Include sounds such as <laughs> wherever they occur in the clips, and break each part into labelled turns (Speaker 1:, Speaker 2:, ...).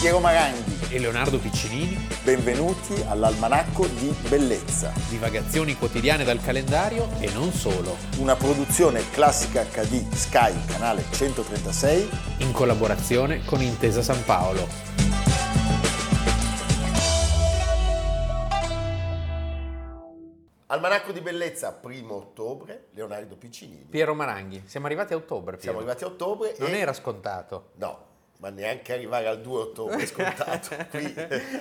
Speaker 1: Piero Maranghi.
Speaker 2: e Leonardo Piccinini,
Speaker 1: Benvenuti all'Almanacco di Bellezza,
Speaker 2: divagazioni quotidiane dal calendario e non solo,
Speaker 1: una produzione classica HD Sky, canale 136.
Speaker 2: in collaborazione con Intesa San Paolo.
Speaker 1: Almanacco di Bellezza, primo ottobre, Leonardo Piccinini.
Speaker 2: Piero Maranghi, siamo arrivati a ottobre, Piero.
Speaker 1: Siamo arrivati a ottobre
Speaker 2: Non
Speaker 1: e...
Speaker 2: era scontato.
Speaker 1: No, ma neanche arrivare al 2 ottobre è
Speaker 2: <laughs>
Speaker 1: scontato. Qui,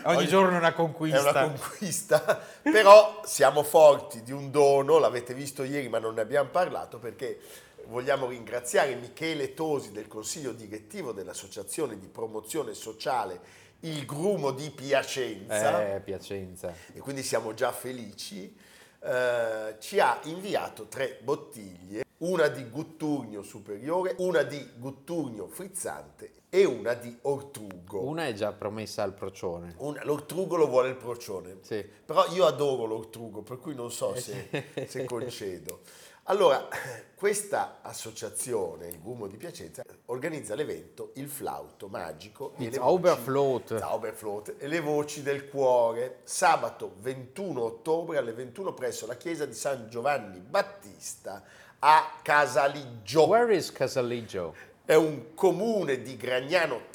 Speaker 2: Ogni giorno una conquista.
Speaker 1: È una conquista, però siamo forti di un dono, l'avete visto ieri ma non ne abbiamo parlato perché vogliamo ringraziare Michele Tosi del Consiglio Direttivo dell'Associazione di Promozione Sociale Il Grumo di Piacenza
Speaker 2: Eh, Piacenza.
Speaker 1: e quindi siamo già felici, eh, ci ha inviato tre bottiglie, una di Guttugno superiore, una di Guttugno frizzante e una di Ortrugo.
Speaker 2: Una è già promessa al procione.
Speaker 1: Un- l'ortrugo lo vuole il procione,
Speaker 2: Sì.
Speaker 1: però io adoro l'ortrugo, per cui non so se, se concedo. Allora, questa associazione, il Gumo di Piacenza, organizza l'evento Il Flauto Magico e
Speaker 2: Il
Speaker 1: le
Speaker 2: Zauberflaut.
Speaker 1: voci- Zauberflaut e le voci del cuore, sabato 21 ottobre alle 21 presso la chiesa di San Giovanni Battista a Casaliggio.
Speaker 2: Where is Casaleggio?
Speaker 1: È un comune di Gragnano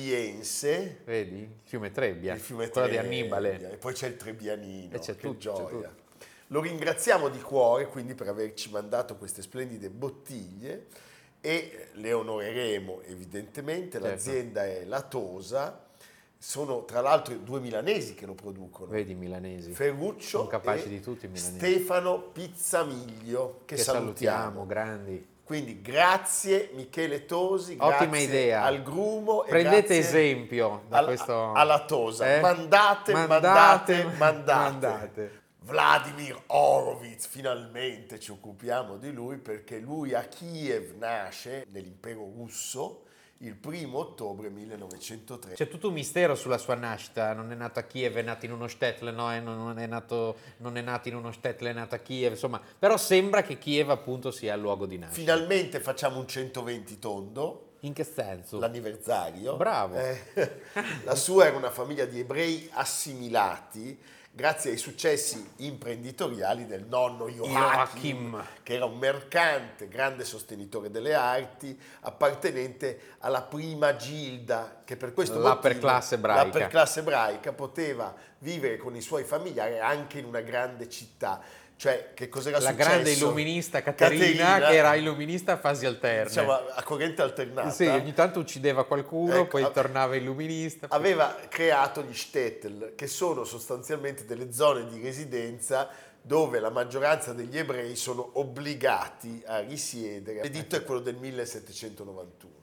Speaker 1: Trebbiense
Speaker 2: Vedi? Il Fiume Trebbia.
Speaker 1: il fiume
Speaker 2: Quella di
Speaker 1: Trebbia, eh,
Speaker 2: Annibale.
Speaker 1: E poi c'è il Trebbianino,
Speaker 2: E c'è
Speaker 1: che
Speaker 2: tutto, c'è
Speaker 1: gioia. Lo ringraziamo di cuore quindi per averci mandato queste splendide bottiglie e le onoreremo evidentemente,
Speaker 2: Certo.
Speaker 1: l'azienda è La Tosa, sono tra l'altro due milanesi che lo producono.
Speaker 2: Vedi, milanesi.
Speaker 1: Ferruccio
Speaker 2: Sono capaci
Speaker 1: e
Speaker 2: di tutto i milanesi.
Speaker 1: Stefano Pizzamiglio che,
Speaker 2: che salutiamo, grandi.
Speaker 1: Quindi grazie Michele Tosi,
Speaker 2: Ottima
Speaker 1: grazie
Speaker 2: idea.
Speaker 1: al Grumo. e
Speaker 2: Prendete
Speaker 1: grazie
Speaker 2: esempio da
Speaker 1: al-
Speaker 2: questo-
Speaker 1: Alla Tosa.
Speaker 2: Eh?
Speaker 1: Mandate, mandate,
Speaker 2: Mandate,
Speaker 1: mandate,
Speaker 2: mandate.
Speaker 1: Vladimir Horowitz, finalmente ci occupiamo di lui perché lui a Kiev nasce nell'impero russo il primo ottobre 1903.
Speaker 2: C'è tutto un mistero sulla sua nascita, non è nato a Kiev, è nato in uno shtetl, no, eh, non non è nato, non è nato in uno shtetl, è nato a Kiev, insomma, però sembra che Kiev appunto sia il luogo di nascita.
Speaker 1: Finalmente facciamo un 120 tondo.
Speaker 2: In che senso?
Speaker 1: l'anniversario.
Speaker 2: Oh. Bravo.
Speaker 1: Eh, <laughs> la sua era una famiglia di ebrei assimilati grazie ai successi imprenditoriali del nonno Joachim,
Speaker 2: Joachim.
Speaker 1: che era un mercante, grande sostenitore delle arti, appartenente alla prima gilda, che per questo
Speaker 2: L'upper
Speaker 1: motivo-
Speaker 2: class ebraica.
Speaker 1: l'upper class ebraica poteva vivere con i suoi familiari anche in una grande città. Cioè, che cos'era
Speaker 2: La
Speaker 1: successo?
Speaker 2: grande illuminista Caterina,
Speaker 1: Caterina,
Speaker 2: che era illuminista a fasi alterne.
Speaker 1: diciamo, a a corrente alternata.
Speaker 2: sì, ogni tanto uccideva qualcuno,
Speaker 1: Ecco,
Speaker 2: poi
Speaker 1: a-
Speaker 2: tornava illuminista.
Speaker 1: aveva creato gli shtetl, che sono sostanzialmente delle zone di residenza dove la maggioranza degli ebrei sono obbligati a risiedere. L'editto è quello del 1791.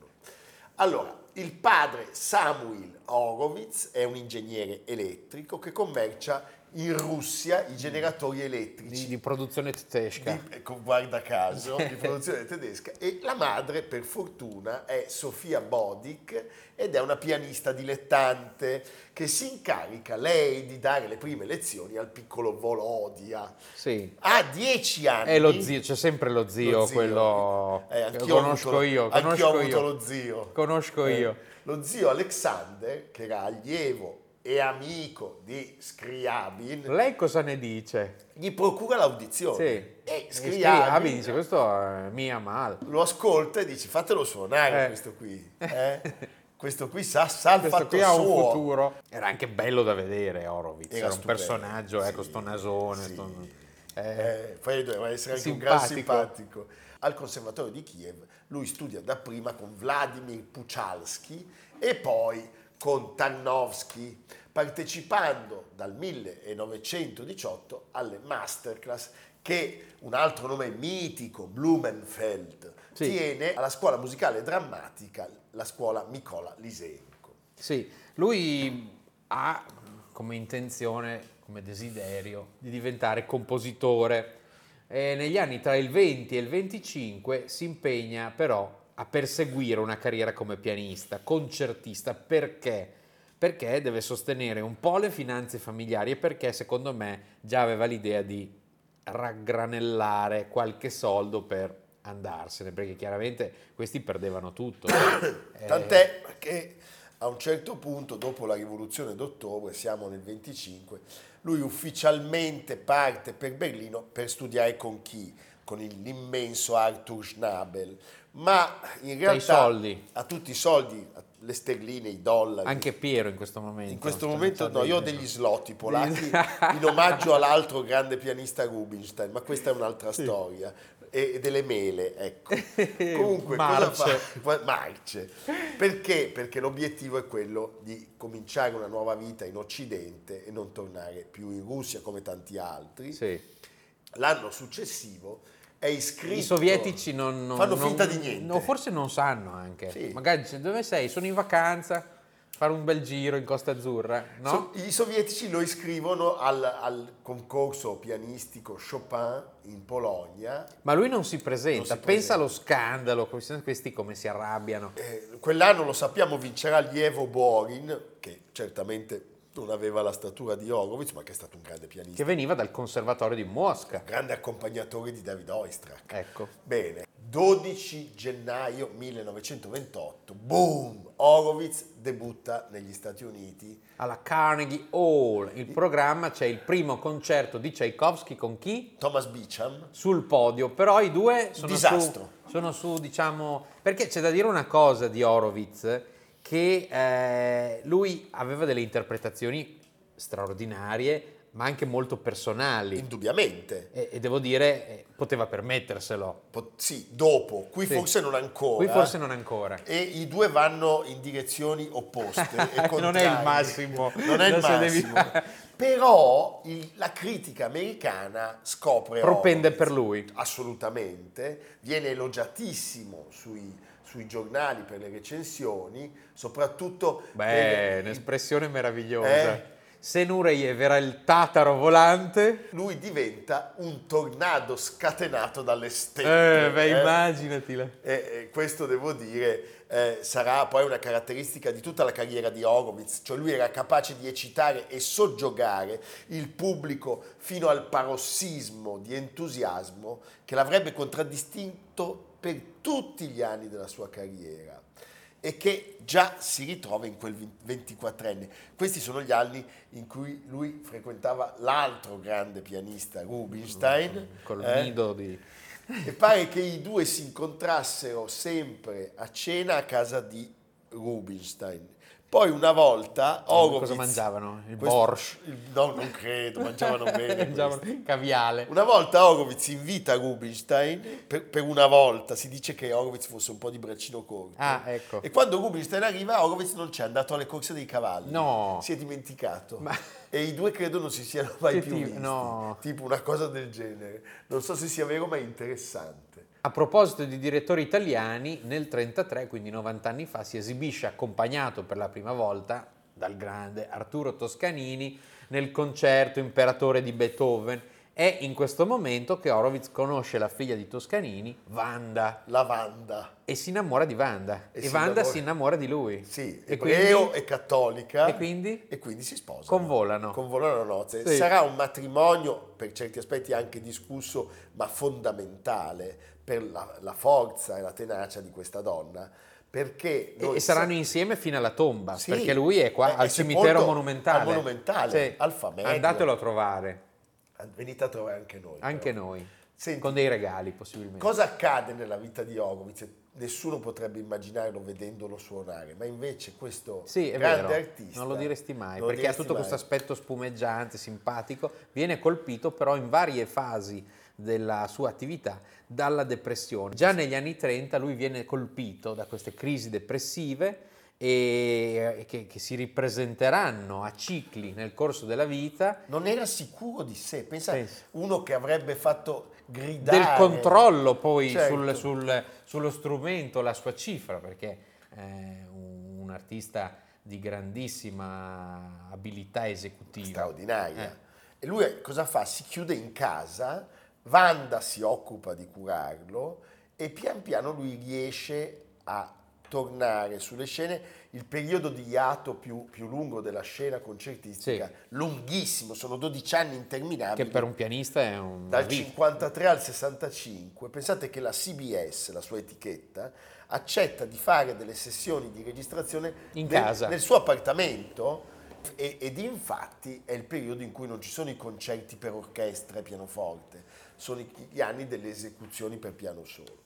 Speaker 1: Allora, il padre Samuel Horowitz è un ingegnere elettrico che commercia in Russia i generatori
Speaker 2: Di,
Speaker 1: elettrici
Speaker 2: di produzione tedesca.
Speaker 1: di- ecco, guarda caso, di produzione tedesca. E la madre, per fortuna, è Sofia Bodic ed è una pianista dilettante che si incarica lei di dare le prime lezioni al piccolo Volodia.
Speaker 2: Sì.
Speaker 1: Ha 10 anni.
Speaker 2: È Eh, lo zio, c'è sempre lo zio,
Speaker 1: Lo zio.
Speaker 2: quello
Speaker 1: Eh,
Speaker 2: che
Speaker 1: anch'io ho
Speaker 2: conosco
Speaker 1: avuto-
Speaker 2: io.
Speaker 1: anch'io ho
Speaker 2: Conosco
Speaker 1: avuto
Speaker 2: io.
Speaker 1: lo zio.
Speaker 2: Conosco
Speaker 1: Eh,
Speaker 2: io.
Speaker 1: Lo zio Alexander, che era allievo e amico di Scriabin,
Speaker 2: Lei cosa ne dice?
Speaker 1: gli procura l'audizione.
Speaker 2: Sì.
Speaker 1: E
Speaker 2: Scriabin
Speaker 1: Scriabin
Speaker 2: dice questo è mia mal.
Speaker 1: lo ascolta e dici fatelo suonare
Speaker 2: Eh.
Speaker 1: questo qui. eh?
Speaker 2: <laughs>
Speaker 1: questo qui sa, sa il
Speaker 2: Questo
Speaker 1: fatto
Speaker 2: qui ha un
Speaker 1: suo.
Speaker 2: futuro. Era anche bello da vedere Horowitz, era, un
Speaker 1: stupendo.
Speaker 2: personaggio, ecco,
Speaker 1: Sì,
Speaker 2: sto nasone,
Speaker 1: sì.
Speaker 2: sto- eh,
Speaker 1: Eh, poi doveva essere anche un gran
Speaker 2: Simpatico.
Speaker 1: simpatico. Al conservatorio di Kiev lui studia dapprima con Vladimir Puchalski e poi con Tarnowski, partecipando dal 1918 alle masterclass che un altro nome mitico, Blumenfeld,
Speaker 2: Sì.
Speaker 1: tiene alla scuola musicale drammatica, la scuola Nicola Lisenko.
Speaker 2: Sì, lui ha come intenzione, come desiderio di diventare compositore. E negli anni tra il 20 e il 25 si impegna però a perseguire una carriera come pianista, concertista, perché? Perché deve sostenere un po' le finanze familiari e perché secondo me già aveva l'idea di raggranellare qualche soldo per andarsene, perché chiaramente questi perdevano tutto. Eh,
Speaker 1: Tant'è che a un certo punto, dopo la rivoluzione d'ottobre, siamo nel 25, lui ufficialmente parte per Berlino per studiare con chi? Con il- l'immenso Arthur Schnabel, ma in
Speaker 2: Dai
Speaker 1: realtà
Speaker 2: soldi,
Speaker 1: a tutti i soldi, a- le sterline, i dollari.
Speaker 2: anche Piero in questo momento.
Speaker 1: in questo
Speaker 2: Cioè,
Speaker 1: momento
Speaker 2: non so
Speaker 1: no, io ho
Speaker 2: dire.
Speaker 1: degli slot
Speaker 2: <laughs>
Speaker 1: polacchi in omaggio all'altro grande pianista Rubinstein, ma questa è un'altra storia. E e delle mele,
Speaker 2: <laughs>
Speaker 1: ecco. Comunque, cosa
Speaker 2: Marce.
Speaker 1: fa? Marce. Perché? Perché l'obiettivo è quello di cominciare una nuova vita in Occidente e non tornare più in Russia come tanti altri.
Speaker 2: Sì.
Speaker 1: L'anno successivo è iscritto...
Speaker 2: I sovietici non, non-
Speaker 1: fanno
Speaker 2: non-
Speaker 1: finta di niente.
Speaker 2: no, forse non sanno anche.
Speaker 1: Sì.
Speaker 2: Magari dice dove sei? Sono in vacanza, fare un bel giro in Costa Azzurra, no?
Speaker 1: So- I sovietici lo iscrivono al, al concorso pianistico Chopin in Polonia.
Speaker 2: Ma lui non si presenta,
Speaker 1: Non si
Speaker 2: pensa
Speaker 1: presenta.
Speaker 2: allo scandalo, questi- questi come si arrabbiano.
Speaker 1: Eh, quell'anno lo sappiamo vincerà Lievo Borin, che certamente non aveva la statura di Horowitz, ma che è stato un grande pianista,
Speaker 2: che veniva dal conservatorio di Mosca.
Speaker 1: grande accompagnatore di David Oistrakh.
Speaker 2: Ecco,
Speaker 1: Bene, 12 gennaio 1928, boom, Horowitz debutta negli Stati Uniti
Speaker 2: alla Carnegie Hall, il programma c'è il primo concerto di Tchaikovsky con chi?
Speaker 1: Thomas Beecham,
Speaker 2: Sul podio, però i due sono su,
Speaker 1: Disastro.
Speaker 2: sono su, diciamo, perché c'è da dire una cosa di Horowitz, che eh, lui aveva delle interpretazioni straordinarie, ma anche molto personali,
Speaker 1: indubbiamente.
Speaker 2: e, e devo dire, eh, poteva permetterselo.
Speaker 1: Po- sì, dopo, qui
Speaker 2: Sì.
Speaker 1: forse non ancora.
Speaker 2: Qui forse non ancora.
Speaker 1: e i due vanno in direzioni opposte. e
Speaker 2: <laughs> Non è il
Speaker 1: contrarie.
Speaker 2: massimo.
Speaker 1: Non è il
Speaker 2: Adesso devi-
Speaker 1: massimo. Però il- la critica americana scopre.
Speaker 2: Propende
Speaker 1: Horowitz.
Speaker 2: per lui.
Speaker 1: Assolutamente, viene elogiatissimo sui, sui giornali per le recensioni, soprattutto.
Speaker 2: Beh,
Speaker 1: per-
Speaker 2: un'espressione meravigliosa.
Speaker 1: Eh?
Speaker 2: Se Nureyev era il tataro volante,
Speaker 1: Lui diventa un tornado scatenato dalle steppe.
Speaker 2: eh, beh,
Speaker 1: eh.
Speaker 2: immaginatela.
Speaker 1: E, e questo devo dire eh, sarà poi una caratteristica di tutta la carriera di Horowitz, cioè lui era capace di eccitare e soggiogare il pubblico fino al parossismo di entusiasmo che l'avrebbe contraddistinto per tutti gli anni della sua carriera e che già si ritrova in quel 24enne. Questi sono gli anni in cui lui frequentava l'altro grande pianista Rubinstein.
Speaker 2: Col
Speaker 1: eh,
Speaker 2: nido di...
Speaker 1: e pare che i due si incontrassero sempre a cena a casa di Rubinstein. Poi una volta Horowitz...
Speaker 2: Cioè, cosa mangiavano? Il
Speaker 1: Questo-
Speaker 2: borsch?
Speaker 1: il- No, non credo, mangiavano bene.
Speaker 2: <laughs> Mangiavano
Speaker 1: questi.
Speaker 2: caviale.
Speaker 1: Una volta Horowitz invita Rubinstein, per, per una volta, si dice che Horowitz fosse un po' di braccino corto.
Speaker 2: Ah, ecco.
Speaker 1: E quando Rubinstein arriva, Horowitz non c'è, è andato alle corse dei cavalli.
Speaker 2: No.
Speaker 1: Si è dimenticato.
Speaker 2: Ma-
Speaker 1: E i due credo non si siano mai
Speaker 2: Che
Speaker 1: più
Speaker 2: ti-
Speaker 1: visti.
Speaker 2: no.
Speaker 1: Tipo una cosa del genere. Non so se sia vero, ma è interessante.
Speaker 2: A proposito di direttori italiani, nel 33, quindi 90 anni fa, si esibisce accompagnato per la prima volta dal grande Arturo Toscanini nel concerto Imperatore di Beethoven. È in questo momento che Horowitz conosce la figlia di Toscanini, Wanda.
Speaker 1: Lavanda.
Speaker 2: e si innamora di Wanda. E,
Speaker 1: E si
Speaker 2: Wanda
Speaker 1: innamora-
Speaker 2: si innamora di lui.
Speaker 1: Sì,
Speaker 2: E
Speaker 1: ebreo
Speaker 2: quindi-
Speaker 1: e cattolica.
Speaker 2: e quindi?
Speaker 1: E quindi si sposano.
Speaker 2: Convolano.
Speaker 1: Convolano la nozze.
Speaker 2: Sì.
Speaker 1: Sarà un matrimonio, per certi aspetti anche discusso, ma fondamentale per la, la forza e la tenacia di questa donna. Perché
Speaker 2: E,
Speaker 1: noi
Speaker 2: e saranno insieme fino alla tomba,
Speaker 1: Sì. Eh,
Speaker 2: perché lui è qua
Speaker 1: È-
Speaker 2: al
Speaker 1: è
Speaker 2: cimitero
Speaker 1: sepolto
Speaker 2: monumentale.
Speaker 1: al Monumentale, al Famedio.
Speaker 2: Andatelo a trovare,
Speaker 1: Ah, Venite a trovare anche noi.
Speaker 2: anche
Speaker 1: però.
Speaker 2: noi,
Speaker 1: Senti,
Speaker 2: con dei regali possibilmente.
Speaker 1: Cosa accade nella vita di Horowitz? Nessuno potrebbe immaginarlo vedendolo suonare, ma invece questo
Speaker 2: Sì, è
Speaker 1: grande
Speaker 2: vero,
Speaker 1: artista...
Speaker 2: non lo diresti mai,
Speaker 1: non lo
Speaker 2: perché ha
Speaker 1: diresti
Speaker 2: tutto
Speaker 1: mai.
Speaker 2: questo aspetto spumeggiante, simpatico, viene colpito però in varie fasi della sua attività dalla depressione. Già negli anni 30 lui viene colpito da queste crisi depressive e e che, che si ripresenteranno a cicli nel corso della vita
Speaker 1: Non era sicuro di sé, pensa
Speaker 2: Pensa.
Speaker 1: uno che avrebbe fatto gridare...
Speaker 2: del controllo poi
Speaker 1: Certo.
Speaker 2: sul- sul- sullo strumento, la sua cifra, perché eh, un, un artista di grandissima abilità esecutiva.
Speaker 1: straordinaria.
Speaker 2: Eh.
Speaker 1: E lui cosa fa? Si chiude in casa, Wanda si occupa di curarlo e pian piano lui riesce a tornare sulle scene. Il periodo di iato più, più lungo della scena concertistica,
Speaker 2: Sì.
Speaker 1: lunghissimo, sono 12 anni
Speaker 2: che
Speaker 1: interminabili.
Speaker 2: per un pianista è un...
Speaker 1: Dal 53 al 65, pensate che la CBS, la sua etichetta, accetta di fare delle sessioni di registrazione
Speaker 2: In
Speaker 1: nel,
Speaker 2: casa.
Speaker 1: nel suo appartamento e- ed infatti è il periodo in cui non ci sono i concerti per orchestra e pianoforte, sono i- gli anni delle esecuzioni per piano solo.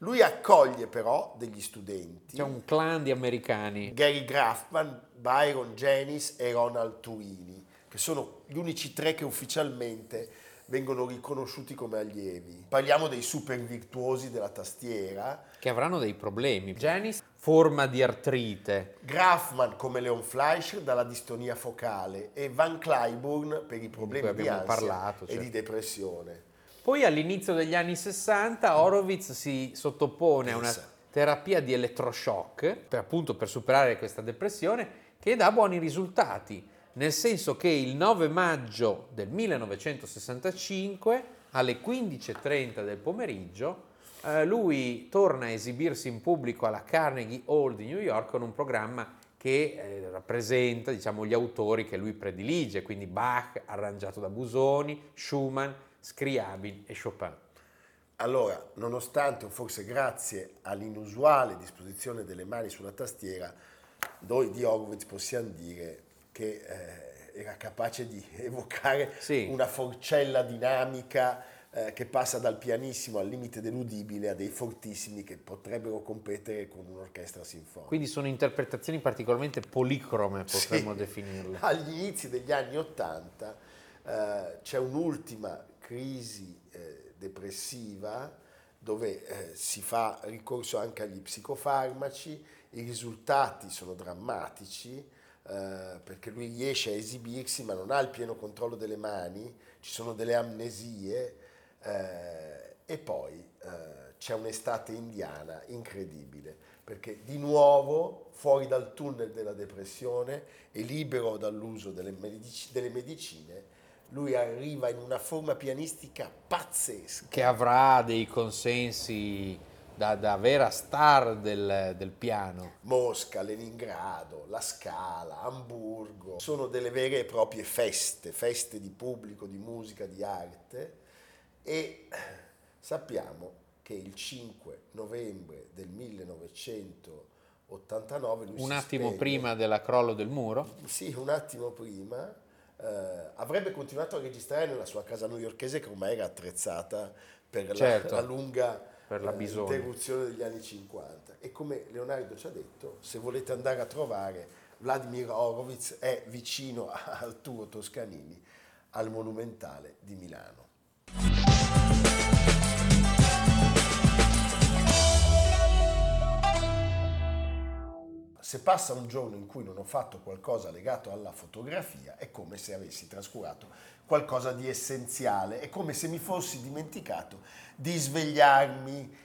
Speaker 1: Lui accoglie però degli studenti,
Speaker 2: C'è un clan di americani.
Speaker 1: Gary Graffman, Byron Janis e Ronald Turini, che sono gli unici tre che ufficialmente vengono riconosciuti come allievi. Parliamo dei super virtuosi della tastiera.
Speaker 2: che avranno dei problemi. Janis, forma di artrite.
Speaker 1: Graffman come Leon Fleischer dalla distonia focale e Van Cliburn per i problemi
Speaker 2: cui
Speaker 1: di ansia
Speaker 2: abbiamo parlato,
Speaker 1: e
Speaker 2: certo.
Speaker 1: di depressione.
Speaker 2: Poi all'inizio degli anni 60 Horowitz si sottopone a una
Speaker 1: Pensa.
Speaker 2: terapia di elettroshock, per, appunto per superare questa depressione, che dà buoni risultati, nel senso che il 9 maggio del 1965 alle 15.30 del pomeriggio eh, lui torna a esibirsi in pubblico alla Carnegie Hall di New York con un programma che eh, rappresenta diciamo, gli autori che lui predilige, quindi Bach arrangiato da Busoni, Schumann, Scriabin e Chopin.
Speaker 1: Allora, nonostante o forse grazie all'inusuale disposizione delle mani sulla tastiera, noi di Horowitz possiamo dire che eh, era capace di <laughs> evocare
Speaker 2: Sì.
Speaker 1: una forcella dinamica eh, che passa dal pianissimo al limite dell'udibile a dei fortissimi che potrebbero competere con un'orchestra sinfonica.
Speaker 2: Quindi sono interpretazioni particolarmente policrome, potremmo
Speaker 1: Sì.
Speaker 2: definirle.
Speaker 1: Agli inizi degli anni Ottanta eh, c'è un'ultima crisi eh, depressiva dove eh, si fa ricorso anche agli psicofarmaci, i risultati sono drammatici eh, perché lui riesce a esibirsi ma non ha il pieno controllo delle mani, ci sono delle amnesie eh, e poi eh, c'è un'estate indiana incredibile, perché di nuovo fuori dal tunnel della depressione e libero dall'uso delle, medici- delle medicine, lui arriva in una forma pianistica pazzesca.
Speaker 2: che avrà dei consensi da, da vera star del, del piano.
Speaker 1: Mosca, Leningrado, La Scala, Amburgo, sono delle vere e proprie feste, feste di pubblico, di musica, di arte e sappiamo che il 5 novembre del 1989 lui
Speaker 2: Un
Speaker 1: si
Speaker 2: attimo
Speaker 1: spegne.
Speaker 2: prima della crollo del muro,
Speaker 1: Sì, un attimo prima. eh, avrebbe continuato a registrare nella sua casa newyorchese che ormai era attrezzata per la-
Speaker 2: Certo,
Speaker 1: la, lunga eh,
Speaker 2: per la bisogna.
Speaker 1: interruzione degli anni 50. E come Leonardo ci ha detto, se volete andare a trovare Vladimir Horowitz è vicino a Arturo Toscanini al Monumentale di Milano. Se passa un giorno in cui non ho fatto qualcosa legato alla fotografia, è come se avessi trascurato qualcosa di essenziale, è come se mi fossi dimenticato di svegliarmi.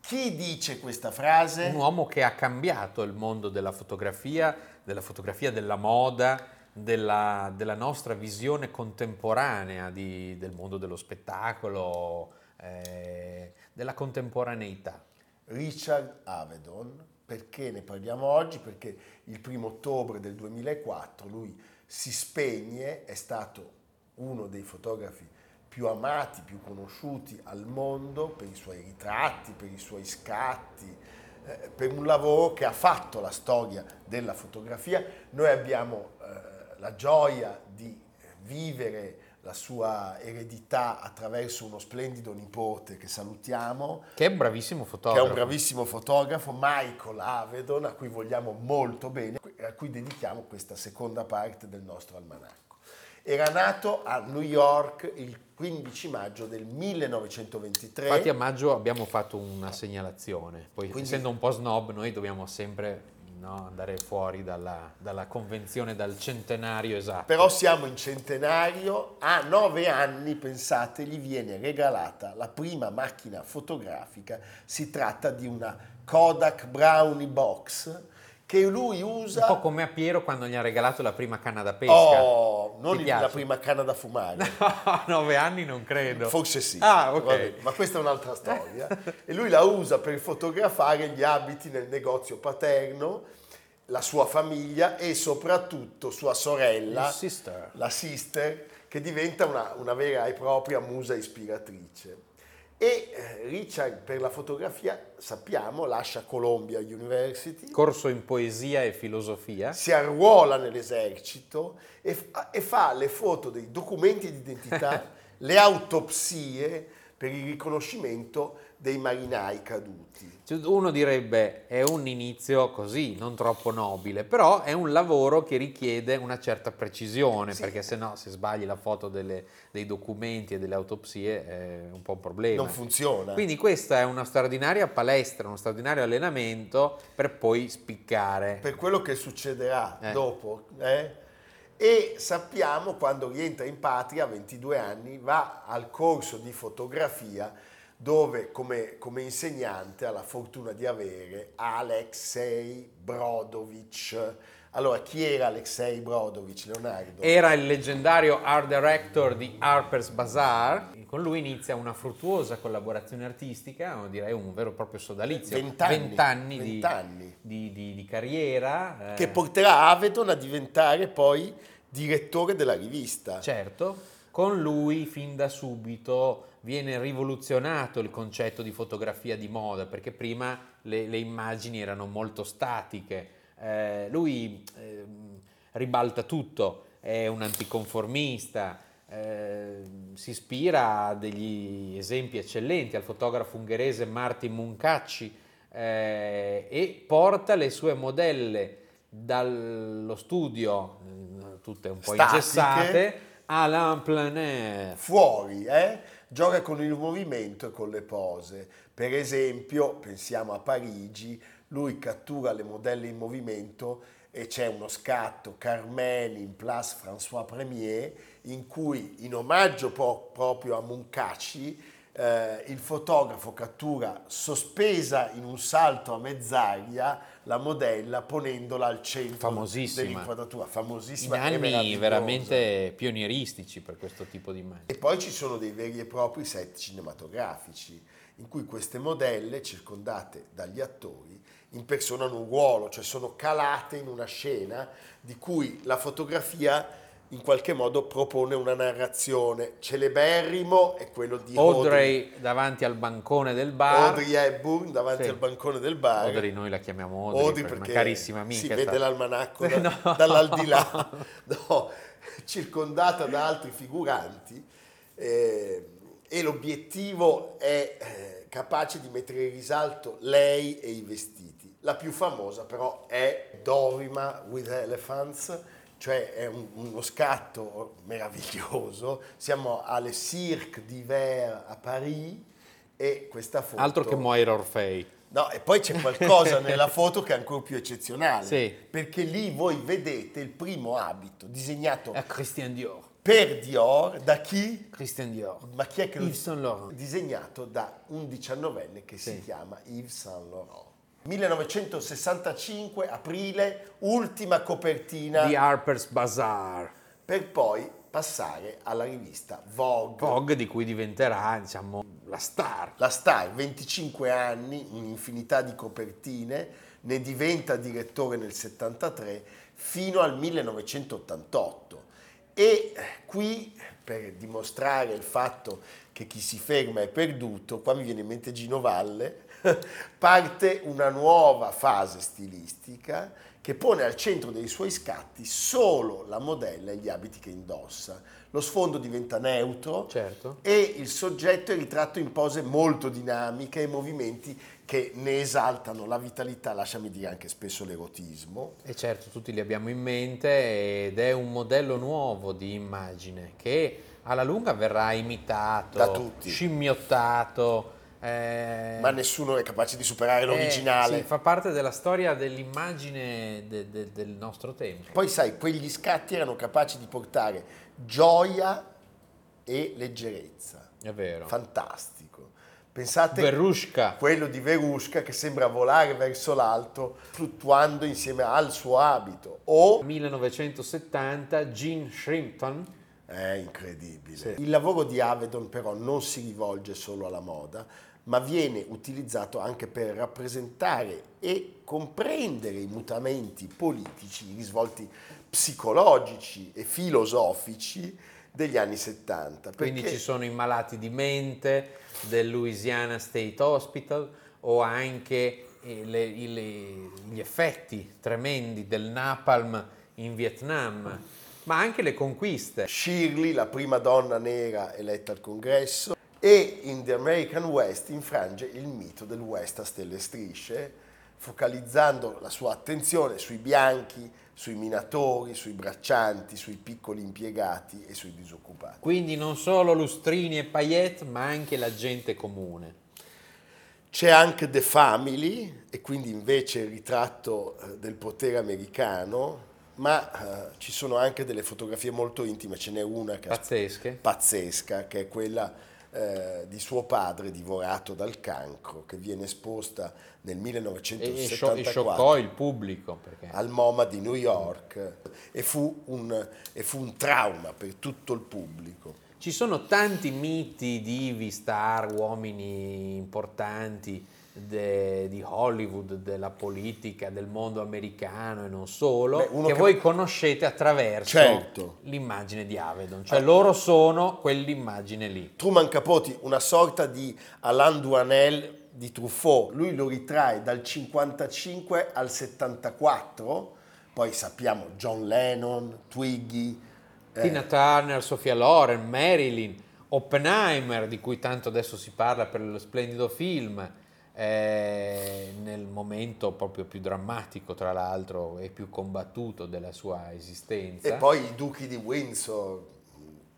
Speaker 1: Chi dice questa frase?
Speaker 2: un uomo che ha cambiato il mondo della fotografia, della fotografia della moda, della, della nostra visione contemporanea di- del mondo dello spettacolo, eh, della contemporaneità.
Speaker 1: Richard Avedon. Perché ne parliamo oggi? Perché il primo ottobre del 2004 lui si spegne, è stato uno dei fotografi più amati, più conosciuti al mondo per i suoi ritratti, per i suoi scatti, eh, per un lavoro che ha fatto la storia della fotografia. Noi abbiamo eh, la gioia di vivere la sua eredità attraverso uno splendido nipote che salutiamo,
Speaker 2: Che è un bravissimo
Speaker 1: che è
Speaker 2: fotografo.
Speaker 1: un bravissimo fotografo, Michael Avedon, a cui vogliamo molto bene, a cui dedichiamo questa seconda parte del nostro almanacco. Era nato a New York il 15 maggio del 1923.
Speaker 2: Infatti a maggio abbiamo fatto una segnalazione, poi
Speaker 1: Quindi-
Speaker 2: essendo un po' snob noi dobbiamo sempre no, andare fuori dalla, dalla convenzione, dal centenario esatto.
Speaker 1: Però siamo in centenario, a nove anni, pensate, gli viene regalata la prima macchina fotografica, si tratta di una Kodak Brownie Box che lui usa...
Speaker 2: Un po' come a Piero quando gli ha regalato la prima canna da pesca.
Speaker 1: Oh, non
Speaker 2: Ti
Speaker 1: il-
Speaker 2: piace?
Speaker 1: la prima canna da fumare.
Speaker 2: A <laughs> nove anni non credo.
Speaker 1: Forse sì,
Speaker 2: Ah, ok.
Speaker 1: vabbè, ma questa è
Speaker 2: <laughs>
Speaker 1: un'altra storia. e lui la usa per fotografare gli abiti nel negozio paterno, la sua famiglia e soprattutto sua sorella,
Speaker 2: Il sister.
Speaker 1: la sister, che diventa una, una vera e propria musa ispiratrice. E eh, Richard per la fotografia, sappiamo, lascia Columbia University,
Speaker 2: Corso in poesia e filosofia.
Speaker 1: si arruola nell'esercito e, fa- e fa le foto dei documenti di identità, le autopsie per il riconoscimento dei marinai caduti.
Speaker 2: Cioè, Uno direbbe è un inizio così, non troppo nobile, però è un lavoro che richiede una certa precisione,
Speaker 1: Sì.
Speaker 2: perché se no se sbagli la foto delle- dei documenti e delle autopsie è un po' un problema.
Speaker 1: Non funziona.
Speaker 2: Quindi questa è una straordinaria palestra, uno straordinario allenamento per poi spiccare.
Speaker 1: per quello che succederà
Speaker 2: Eh.
Speaker 1: dopo. eh? E sappiamo quando rientra in patria a 22 anni va al corso di fotografia dove come, come insegnante ha la fortuna di avere Alexei Brodovic. Allora, chi era Alexei Brodovic, Leonardo?
Speaker 2: Era il leggendario art director di Harper's Bazaar. Con lui inizia una fruttuosa collaborazione artistica, direi un vero e proprio sodalizio.
Speaker 1: Vent'anni,
Speaker 2: Vent'anni di,
Speaker 1: vent'anni.
Speaker 2: di- di- di carriera. eh,
Speaker 1: Che porterà Avedon a diventare poi direttore della rivista.
Speaker 2: Certo, con lui fin da subito viene rivoluzionato il concetto di fotografia di moda, perché prima le, le immagini erano molto statiche. Eh, lui ehm, ribalta tutto, è un anticonformista, ehm, si ispira a degli esempi eccellenti, al fotografo ungherese Martin Muncacci, eh, e porta le sue modelle dallo studio, eh, tutte un po'
Speaker 1: Statiche.
Speaker 2: ingessate, alla plein air.
Speaker 1: fuori, eh? gioca con il movimento e con le pose. Per esempio, pensiamo a Parigi, lui cattura le modelle in movimento e c'è uno scatto Carmen in Place François Premier in cui, in omaggio po- proprio a Moncacci, eh, il fotografo cattura sospesa in un salto a mezz'aria la modella ponendola al centro
Speaker 2: Famosissima.
Speaker 1: dell'inquadratura,
Speaker 2: In
Speaker 1: famosissima e
Speaker 2: anni
Speaker 1: meravigliosa.
Speaker 2: veramente pionieristici per questo tipo di immagini.
Speaker 1: E poi ci sono dei veri e propri set cinematografici in cui queste modelle, circondate dagli attori, impersonano un ruolo, cioè sono calate in una scena di cui la fotografia in qualche modo propone una narrazione. Celeberrimo è quello di Audrey,
Speaker 2: Audrey davanti al bancone del bar.
Speaker 1: Audrey Hepburn davanti
Speaker 2: Sì.
Speaker 1: al bancone del bar.
Speaker 2: Audrey, noi la chiamiamo Audrey,
Speaker 1: Audrey
Speaker 2: per- una
Speaker 1: perché
Speaker 2: carissima amica.
Speaker 1: si
Speaker 2: è
Speaker 1: vede
Speaker 2: stata-
Speaker 1: l'almanacco
Speaker 2: <laughs>
Speaker 1: da-
Speaker 2: No.
Speaker 1: dall'aldilà, <laughs> no, circondata da altri figuranti eh, e l'obiettivo è eh, capace di mettere in risalto lei e i vestiti. La più famosa però è Dorima with Elephants, cioè è un- uno scatto meraviglioso. Siamo alle Cirque d'Hiver a Paris e questa foto...
Speaker 2: Altro che Moira Orfei.
Speaker 1: No, e poi c'è
Speaker 2: <laughs>
Speaker 1: qualcosa nella foto che è ancora più eccezionale,
Speaker 2: Sì.
Speaker 1: perché lì voi vedete il primo abito disegnato
Speaker 2: È Eh, Christian Dior.
Speaker 1: per Dior da chi?
Speaker 2: Christian Dior.
Speaker 1: Ma chi è che lo
Speaker 2: Yves Saint Laurent.
Speaker 1: disegnato da un diciannovenne che si
Speaker 2: Sì.
Speaker 1: chiama Yves Saint Laurent. 1965, aprile, ultima copertina
Speaker 2: Di Harper's Bazaar.
Speaker 1: per poi passare alla rivista Vogue.
Speaker 2: Vogue di cui diventerà, diciamo, la star.
Speaker 1: La Star, 25 anni, un'infinità di copertine, ne diventa direttore nel 73 fino al 1988. E eh, qui, per dimostrare il fatto che chi si ferma è perduto, qua mi viene in mente Gino Valle, <laughs> parte una nuova fase stilistica che pone al centro dei suoi scatti solo la modella e gli abiti che indossa. Lo sfondo diventa neutro,
Speaker 2: Certo.
Speaker 1: e il soggetto è ritratto in pose molto dinamiche e movimenti che ne esaltano la vitalità, lasciami dire anche spesso l'erotismo.
Speaker 2: E certo, tutti li abbiamo in mente ed è un modello nuovo di immagine che alla lunga verrà imitato,
Speaker 1: Da tutti.
Speaker 2: scimmiottato. eh,
Speaker 1: Ma nessuno è capace di superare
Speaker 2: eh,
Speaker 1: l'originale.
Speaker 2: sì, fa parte della storia dell'immagine de- de- del nostro tempo.
Speaker 1: Poi sai, quegli scatti erano capaci di portare gioia e leggerezza.
Speaker 2: È vero.
Speaker 1: Fantastico. Pensate
Speaker 2: Verrushka.
Speaker 1: quello di Verusca che sembra volare verso l'alto fluttuando insieme al suo abito. O
Speaker 2: 1970 Gene Shrimpton,
Speaker 1: È incredibile. Il lavoro di Avedon però non si rivolge solo alla moda, ma viene utilizzato anche per rappresentare e comprendere i mutamenti politici, i risvolti psicologici e filosofici degli anni 70.
Speaker 2: quindi
Speaker 1: perché-
Speaker 2: ci sono i malati di mente del Louisiana State Hospital o anche eh, le- i- le- gli effetti tremendi del napalm in Vietnam, ma anche le conquiste.
Speaker 1: Shirley, la prima donna nera eletta al congresso, e in The American West infrange il mito del West a stelle e strisce, focalizzando la sua attenzione sui bianchi, sui minatori, sui braccianti, sui piccoli impiegati e sui disoccupati.
Speaker 2: Quindi non solo lustrini e paillette, ma anche la gente comune.
Speaker 1: C'è anche The Family, e quindi invece il ritratto eh, del potere americano, ma eh, ci sono anche delle fotografie molto intime, ce n'è una che ha
Speaker 2: Pazzesche.
Speaker 1: pazzesca, che è quella eh, di suo padre divorato dal cancro, che viene esposta nel
Speaker 2: E, e scio- e scioccò
Speaker 1: 1974
Speaker 2: il pubblico. Perché...
Speaker 1: al MoMA di New York e fu, un, e fu un trauma per tutto il pubblico.
Speaker 2: Ci sono tanti miti, divi, star, uomini importanti de- di Hollywood, della politica, del mondo americano e non solo,
Speaker 1: Beh, uno
Speaker 2: che
Speaker 1: che-
Speaker 2: voi conoscete attraverso
Speaker 1: Certo.
Speaker 2: l'immagine di Avedon. Cioè loro sono quell'immagine lì.
Speaker 1: Truman Capote, una sorta di Alain Duanel di Truffaut, lui lo ritrae dal 55 al 74, poi sappiamo John Lennon, Twiggy, eh,
Speaker 2: Tina Turner, Sofia Loren, Marilyn, Oppenheimer, di cui tanto adesso si parla per lo splendido film, eh, nel momento proprio più drammatico, tra l'altro, e più combattuto della sua esistenza.
Speaker 1: E poi i duchi di Windsor,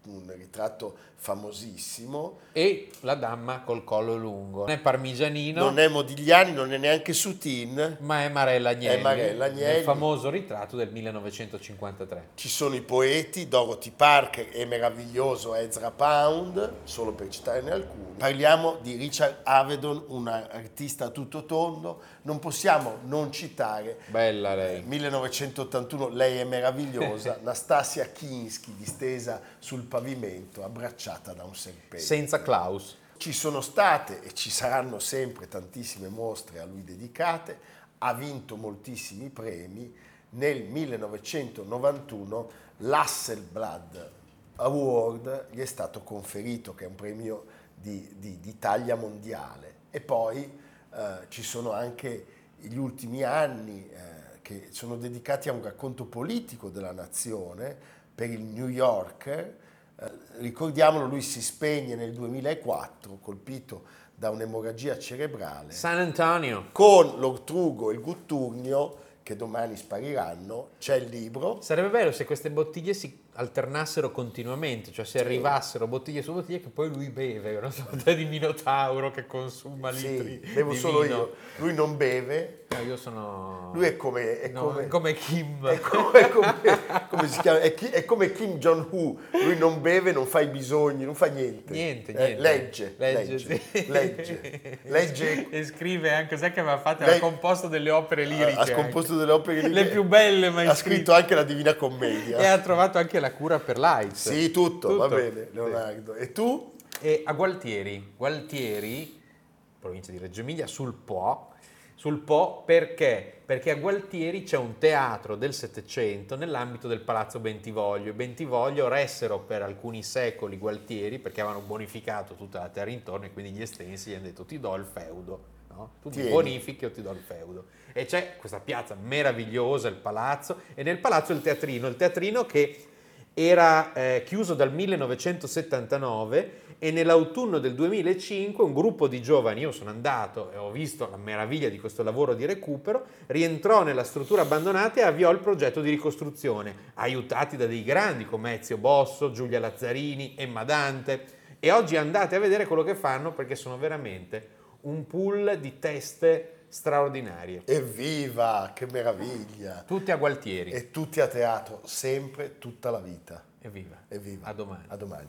Speaker 1: un ritratto famosissimo.
Speaker 2: E la damma col collo lungo. Non è parmigianino,
Speaker 1: Non è Modigliani, non è neanche Sutin.
Speaker 2: ma è Marella Agnelli.
Speaker 1: È Marella Agnelli.
Speaker 2: Nel famoso ritratto del 1953.
Speaker 1: Ci sono i poeti, Dorothy Parker e meraviglioso Ezra Pound, solo per citarne alcuni. Parliamo di Richard Avedon, un artista a tutto tondo. Non possiamo non citare
Speaker 2: Bella lei.
Speaker 1: 1981, lei è meravigliosa, Nastasia Kinski distesa sul pavimento, abbracciata da un serpente.
Speaker 2: Senza Klaus.
Speaker 1: Ci sono state e ci saranno sempre tantissime mostre a lui dedicate, ha vinto moltissimi premi. Nel 1991 l'Hasselblad Award gli è stato conferito, che è un premio di, di- di taglia mondiale. E poi eh, ci sono anche gli ultimi anni eh, che sono dedicati a un racconto politico della nazione per il New Yorker. Eh, ricordiamolo, lui si spegne nel 2004, colpito da un'emorragia cerebrale,
Speaker 2: San Antonio.
Speaker 1: con l'ortrugo e il guttugno che domani spariranno, c'è il libro.
Speaker 2: Sarebbe bello se queste bottiglie si alternassero continuamente, cioè se arrivassero bottiglie su bottiglie che poi lui beve, una sorta <laughs> di minotauro che consuma
Speaker 1: Sì,
Speaker 2: litri
Speaker 1: bevo
Speaker 2: di
Speaker 1: solo
Speaker 2: vino.
Speaker 1: io. Lui non beve,
Speaker 2: No, io sono...
Speaker 1: lui è come... È
Speaker 2: no,
Speaker 1: come- <laughs>
Speaker 2: Kim.
Speaker 1: è come- è come- come si chiama? È, chi- è come Kim Jong-un, lui non beve, non fa i bisogni, non fa niente.
Speaker 2: Niente,
Speaker 1: Eh,
Speaker 2: niente.
Speaker 1: legge, legge,
Speaker 2: sì. <laughs>
Speaker 1: legge, legge.
Speaker 2: e scrive anche, sai che aveva fatto,
Speaker 1: Lei-
Speaker 2: aveva composto delle opere liriche.
Speaker 1: ha scomposto delle opere
Speaker 2: anche.
Speaker 1: liriche.
Speaker 2: Le più belle mai
Speaker 1: Ha
Speaker 2: scritte.
Speaker 1: scritto anche la Divina Commedia.
Speaker 2: <laughs> E ha trovato anche la cura per l'AIDS.
Speaker 1: Sì, tutto, va
Speaker 2: Tutto.
Speaker 1: bene, Leonardo. E tu?
Speaker 2: E a Gualtieri, Gualtieri, provincia di Reggio Emilia, sul Po. Sul Po perché? Perché a Gualtieri c'è un teatro del Settecento nell'ambito del Palazzo Bentivoglio. I Bentivoglio ressero per alcuni secoli Gualtieri perché avevano bonificato tutta la terra intorno e quindi gli estensi gli hanno detto ti do il feudo. No? Tu mi
Speaker 1: Tieni.
Speaker 2: bonifichi o ti do il feudo. E c'è questa piazza meravigliosa, il palazzo, e nel palazzo il teatrino, il teatrino che era eh, chiuso dal 1979 e nell'autunno del 2005 un gruppo di giovani, io sono andato e ho visto la meraviglia di questo lavoro di recupero, rientrò nella struttura abbandonata e avviò il progetto di ricostruzione, aiutati da dei grandi come Ezio Bosso, Giulia Lazzarini, Emma Dante. E oggi andate a vedere quello che fanno perché sono veramente un pool di teste straordinarie,
Speaker 1: Evviva, che meraviglia!
Speaker 2: tutte a Gualtieri.
Speaker 1: E tutti a teatro, sempre, tutta la vita.
Speaker 2: Evviva.
Speaker 1: Evviva.
Speaker 2: A domani.
Speaker 1: A domani.